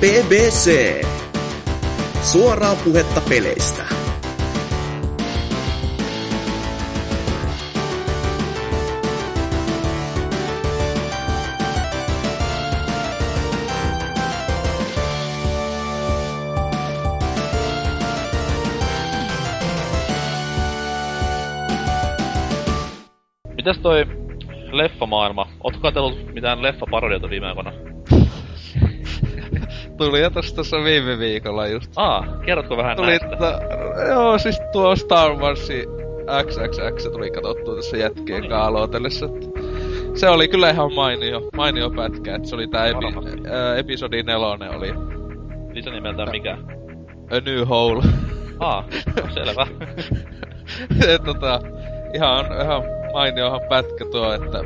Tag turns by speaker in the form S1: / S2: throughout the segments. S1: BBC. Suoraa puhetta peleistä.
S2: Mitäs toi leffamaailma? Ootko katsellut mitään leffaparodioita viime aikoina?
S3: Tuli jo tossa, tossa viime viikolla just.
S2: Aa, kerrotko vähän
S3: Tuli
S2: näistä?
S3: tota, joo siis tuo Star Warsi XXX tuli katsottua tässä jätkien
S2: Noniin.
S3: kanssa aloitellessa. että Se oli kyllä ihan mainio, mainio pätkä, että se oli tää epi,
S2: Varmasti.
S3: ää, episodi nelonen oli
S2: Niitä nimeltään mikä?
S3: A New Hole.
S2: Aa, no selvä.
S3: Et tota, ihan, ihan mainiohan pätkä tuo, että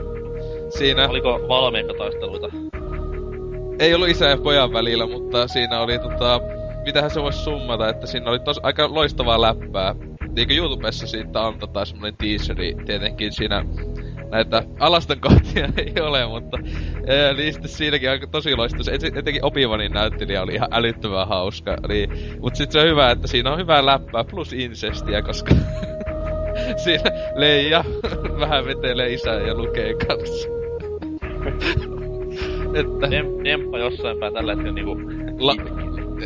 S3: siinä
S2: Oliko valmiita taisteluita?
S3: ei ollut isän ja pojan välillä, mutta siinä oli tota... Mitähän se voisi summata, että siinä oli tos aika loistavaa läppää. Eikö YouTubessa siitä antoi tai semmonen teaseri, tietenkin siinä näitä alaston kohtia ei ole, mutta ää, niin sitten siinäkin aika tosi loistus. Etenkin Opivanin näyttelijä oli ihan älyttömän hauska. Eli, mut sit se on hyvä, että siinä on hyvää läppää plus insestiä, koska siinä Leija vähän vetelee isän ja lukee kanssa. että...
S2: Dem, demppa jossain päin tällä hetkellä niinku...
S3: La-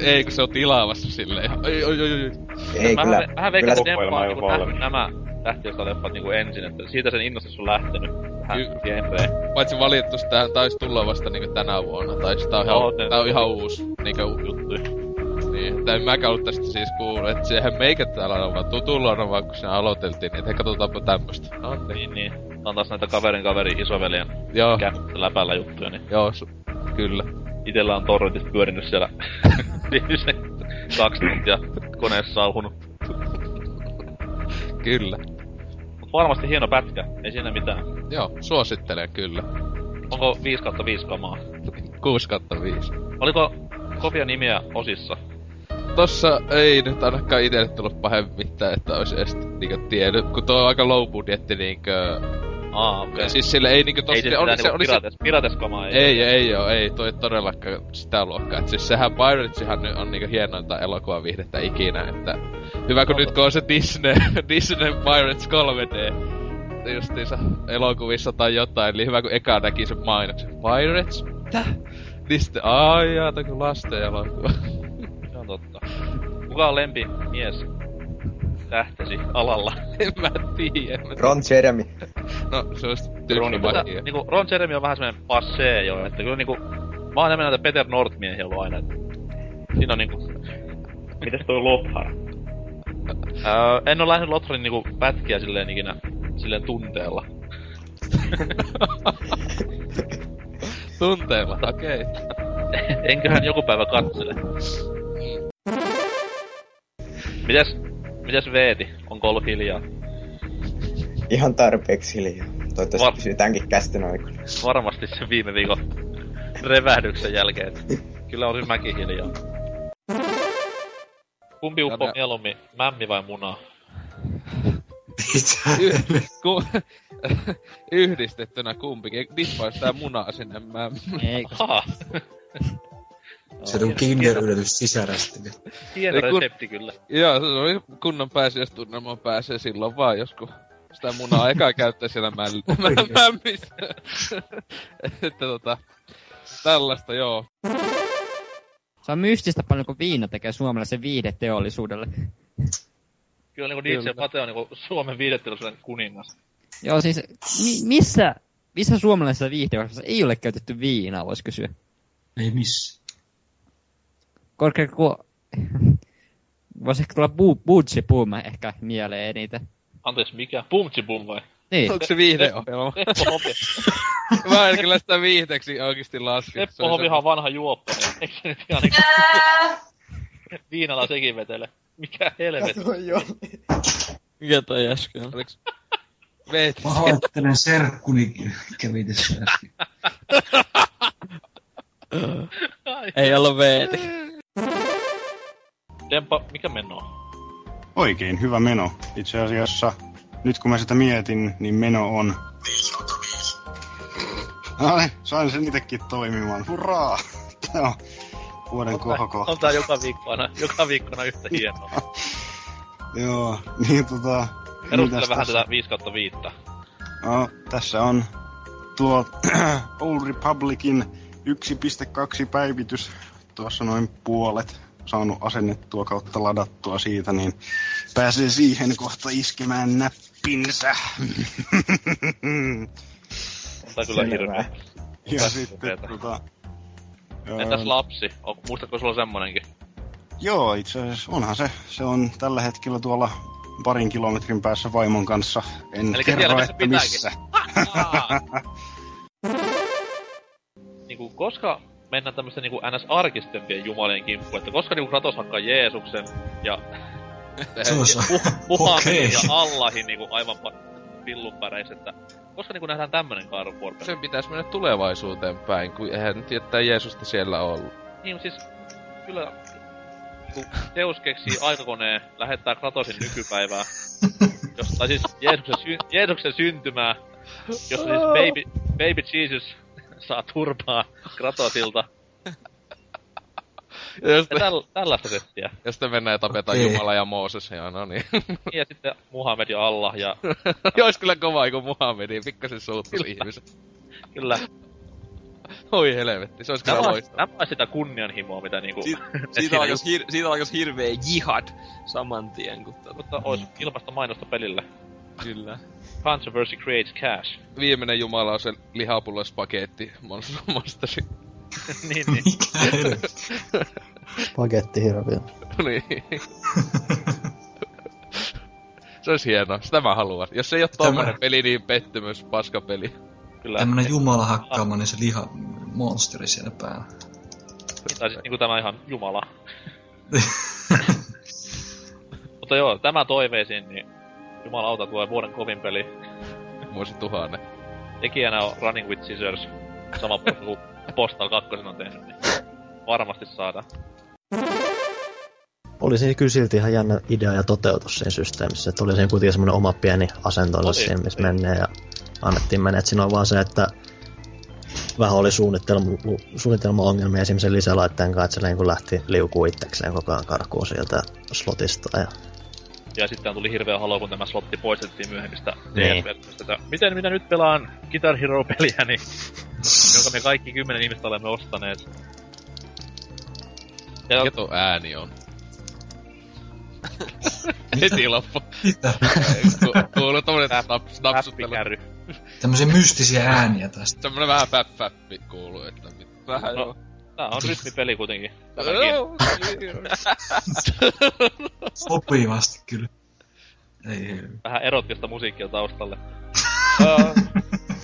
S3: ei, kun se on tilaamassa silleen. Oi, oi, oi, oi.
S4: Ei
S2: mä
S4: kyllä.
S2: vähän-
S4: kyllä
S2: Vähän veikkaan,
S4: se-
S2: että Demppa on
S5: kokoelma ei
S2: niinku
S5: ole
S2: nähnyt
S5: valmis.
S2: nämä tähtiöstä leffat niinku ensin, että siitä sen innostus on lähtenyt. Vähän
S3: Ky-
S2: genreen.
S3: Paitsi valittu, tähän taisi tulla vasta niinku tänä vuonna. Tai tää on,
S2: Joo,
S3: ihan,
S2: te-
S3: tää on ihan uusi niinku juttu. Niin, tai en mäkään ollut tästä siis kuullut, että sehän meikä täällä on vaan tutulla on vaan, kun siinä aloiteltiin, niin että hei, katsotaanpa tämmöstä. No, niin.
S2: Niin, niin. Tää on taas näitä kaverin kaverin isoveljen
S3: Joo,
S2: käppästä läpällä juttuja, niin
S3: joo, su- kyllä.
S2: itellä on torrentit pyörinyt siellä viimeiset kaksi tuntia koneessa sauhunut.
S3: Kyllä.
S2: Mut varmasti hieno pätkä, ei siinä mitään.
S3: Joo, suosittelen kyllä.
S2: Onko 5 kautta 5 kamaa?
S3: 6 5.
S2: Oliko kovia nimiä osissa?
S3: Tossa ei nyt ainakaan itelle tullut pahemmin mitään, että olisi edes niinku tiennyt, kun tuo on aika low budjetti niinkö
S2: Aa, okei.
S3: Ja siis sille ei niinku
S2: ei
S3: tossa...
S2: siis
S3: oli
S2: mitään
S3: se,
S2: niinku
S3: oli se,
S2: pirates, pirateskamaa ei.
S3: ei, ei oo, ei, toi ei todellakaan sitä luokkaa. Et siis sehän Piratesihan nyt on niinku hienointa elokuvaviihdettä ikinä, että... Hyvä kun
S2: No,
S3: nyt kun on se Disney, Disney Pirates 3D justiinsa elokuvissa tai jotain, eli hyvä kun eka näki sen mainoksen. Pirates? Mitä? Niin sitten, ai jaa, toi kun lasten elokuva.
S2: Se on totta. Kuka on lempi mies tähtesi alalla?
S3: en mä tiedä.
S4: Ron Jeremy.
S3: No, se olisi
S2: Tätä,
S3: tylsä
S2: niinku Ron Jeremy on vähän semmonen passee jo, että kyllä niinku... Mä oon enemmän näitä Peter North-miehiä ollut aina, että... Siinä on niinku...
S5: Mitäs toi Lothar?
S2: Öö, en oo lähtenyt Lotharin niinku pätkiä silleen ikinä... Silleen tunteella.
S3: Tunteella, okei.
S2: Enköhän joku päivä katsele. Mitäs, mitäs Veeti? Onko ollut hiljaa?
S4: Ihan tarpeeksi hiljaa. Toivottavasti
S2: Var-
S4: pysytäänkin kästen aikana.
S2: Varmasti sen viime viikon revähdyksen jälkeen. että Kyllä olin mäkin hiljaa. Kumpi uppoo
S3: Tänä-
S2: mieluummin, mämmi vai muna?
S3: Yh- ku, yhdistettynä kumpikin. Dippaisi tää munaa sinne. Mä...
S6: Ei, kun
S2: Aha,
S7: Se on Kinder-yllätys sisärästinen.
S2: hieno
S3: Ei kun-
S2: resepti kyllä.
S3: Joo, se oli kunnon pääsiäistunnelma pääsee silloin vaan joskus. Sitä munaa eka käyttää siellä mäl- mä- mämmissä. Että tota, tällaista joo.
S6: se on mystistä paljon, kun viina tekee suomalaisen viihdeteollisuudelle.
S2: Kyllä niinku DJ
S3: Kyllä.
S2: Pate on niinku Suomen viidettelusen kuningas.
S6: Joo, siis mi- missä, missä suomalaisessa viihdeohjelmassa ei ole käytetty viinaa, voisi kysyä.
S7: Ei missä.
S6: Korkea, kun... Voisi ehkä tulla bu- Butchi Boom ehkä mieleen eniten.
S2: Anteeksi, mikä? Pumtsi bum vai?
S6: Niin,
S3: Onko se viihdeohjelma?
S7: Niin.
S2: Teppo Hopi.
S3: Mä en kyllä sitä viihteeksi oikeesti laske. Se
S2: Teppo
S3: oli
S2: Hopihan on
S3: semmo-
S2: vanha juoppo, niin eikö se nyt ihan niinku... Viinalla sekin vetele. Mikä helvetti.
S8: Mikä toi äsken?
S3: Oliks... Veeti.
S7: Pahoittelen, serkkuni kävi tässä äsken.
S2: Ai.
S8: Ei olla veeti.
S2: Dempa, mikä meno on?
S5: Oikein hyvä meno. Itse asiassa, nyt kun mä sitä mietin, niin meno on... Ale, sain sen itekin toimimaan. Hurraa! Tää on vuoden kohokohta.
S2: On tää joka viikkona, joka viikkona yhtä hienoa.
S5: Joo, niin tota...
S2: Perustele
S5: mitäs
S2: vähän
S5: tässä?
S2: tätä 5 kautta 5.
S5: No, tässä on tuo Old Republicin 1.2 päivitys, tuossa noin puolet saanut asennettua kautta ladattua siitä, niin pääsee siihen kohta iskemään näppinsä.
S2: Tää kyllä
S4: Selvä.
S2: hirveä.
S5: ja
S2: Mitäs
S5: sitten
S2: teetä?
S5: tota...
S2: Entäs
S5: öö,
S2: lapsi? O, muistatko sulla semmonenkin?
S5: Joo, itse asiassa onhan se. Se on tällä hetkellä tuolla parin kilometrin päässä vaimon kanssa. En
S2: Elikkä siellä,
S5: kerro,
S2: missä
S5: että
S2: pitääkin.
S5: missä.
S2: niinku, koska mennään tämmösten niinku NS-arkistempien jumalien kimppuun, että koska niinku Kratos hakkaa Jeesuksen ja
S7: Se on sa-
S2: Muhammed
S7: Okei.
S2: ja Allahin niinku aivan pa- pillun päreis, että koska niinku nähdään tämmönen God of War
S3: Sen pitäisi mennä tulevaisuuteen päin, kun eihän nyt jättää Jeesusta siellä ollut.
S2: Niin, siis kyllä kun Deus keksii aikakoneen, lähettää Kratosin nykypäivää, jos, tai siis Jeesuksen, sy- Jeesuksen syntymää, jossa siis baby, baby Jesus saa turpaa Kratosilta.
S3: Ja
S2: Ja
S3: sitten,
S2: täl, tällaista settiä.
S3: ja sitten mennään ja tapetaan
S7: Okei.
S3: Jumala ja Mooses, ja no niin.
S2: Niin, Ja sitten Muhammed ja Allah ja
S3: Ois kyllä kovaa, kun Muhammedi pikkasen suuttuisi ihmiset.
S2: kyllä.
S3: Oi helvetti, se olisi
S2: Nämä
S3: kyllä
S2: on,
S3: loistavaa.
S2: nämä on sitä kunnianhimoa, mitä niinku...
S8: Siit, siitä,
S2: siinä
S8: alkas
S2: just-
S8: hir, siitä alkas hirveä jihad saman tien, kun tota,
S2: Mutta ois ilmasta mainosta pelillä.
S8: kyllä.
S2: Controversy creates cash.
S3: Viimeinen Jumala on se lihapullospaketti Monster Monsteri.
S2: niin, niin.
S9: Paketti hirviö.
S3: niin. se olisi hienoa, sitä mä haluan. Jos ei ole
S7: Tämä-
S3: tommonen peli, niin pettymys, paskapeli.
S2: Kyllä.
S7: Tämmönen jumala hakkaamaan, niin se liha monsteri siellä päällä.
S2: Tai siis niinku tämä ihan jumala. Mutta joo, tämä toiveisiin, niin jumalauta tulee vuoden kovin peli.
S3: Vuosi tuhannen.
S2: Tekijänä on Running with Scissors. Sama porukka kuin Postal 2 on tehnyt, niin varmasti saadaan.
S9: Oli siinä kyllä silti ihan jännä idea ja toteutus siinä systeemissä, että oli siinä kuitenkin semmoinen oma pieni asentonsa
S2: Oli.
S9: siihen, missä menee ja annettiin mennä. Et siinä on vaan se, että vähän oli suunnittelma, suunnitelmaongelmia esimerkiksi sen lisälaitteen kanssa, että se niin kuin lähti liukuu itsekseen koko ajan karkuun sieltä slotista. Ja...
S2: Ja sitten tuli hirveä halo, kun tämä slotti poistettiin myöhemmistä
S9: Niin.
S2: DS-versioista. että Miten minä nyt pelaan Guitar Hero-peliä, niin, jonka me kaikki kymmenen ihmistä olemme ostaneet. Ja
S3: Mikä tuo ääni on? Heti loppu.
S7: Mitä?
S3: Ku- Kuuluu tommonen naps, napsuttelu.
S2: täppikäry.
S7: Tämmöisiä mystisiä ääniä tästä.
S3: Semmonen vähän päppäppi kuuluu, että mit...
S8: Vähän
S2: No.
S8: no.
S2: Tää on rytmipeli kuitenkin. Tämäkin.
S7: Sopivasti kyllä. Ei, ei.
S2: vähän erottista musiikkia taustalle.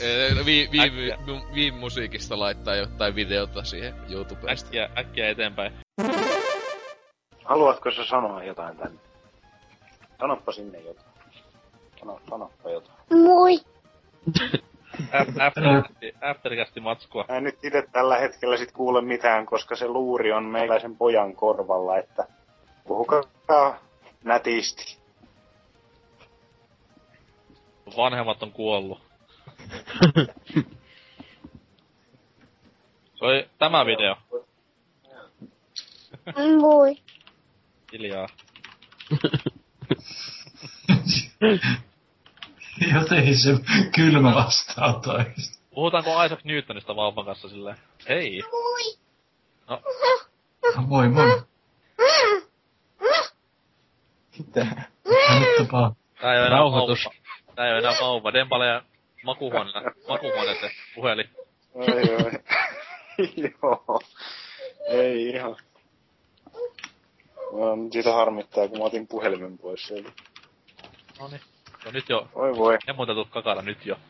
S3: Ee, no vi, vi, vi,
S2: Äkkiä.
S3: mu- vi, musiikista laittaa jotain videota siihen YouTubesta.
S2: Äkkiä, äkkiä eteenpäin.
S10: Haluatko sä sanoa jotain tänne? Sanoppa sinne jotain. Sano, sanoppa jotain.
S2: Aftercasti, aftercasti matskua.
S10: Mä en nyt itse tällä hetkellä sit kuule mitään, koska se luuri on meikäläisen pojan korvalla, että puhukaa nätisti.
S2: Vanhemmat on kuollut. Se oli tämä video.
S11: Moi.
S2: Hiljaa.
S7: Jotenkin se kylmä vastaanotto oikeesti.
S2: Puhutaanko Isaac Newtonista vauvan kanssa silleen? Hei!
S11: Moi.
S7: Ah, Moi moi.
S4: Mitä?
S7: Annettapaa.
S2: Tää ei oo enää
S3: Rauhoitus.
S2: vauva. Tää ei oo enää vauva. Dempale ja makuuhuone, makuuhuone se puhelin.
S10: Oi, oi. Joo. Ei ihan. Mä siitä harmittaa, kun mä otin puhelimen pois sieltä.
S2: Noni. No nyt jo.
S10: Oi voi.
S2: Emutetut kakara nyt jo.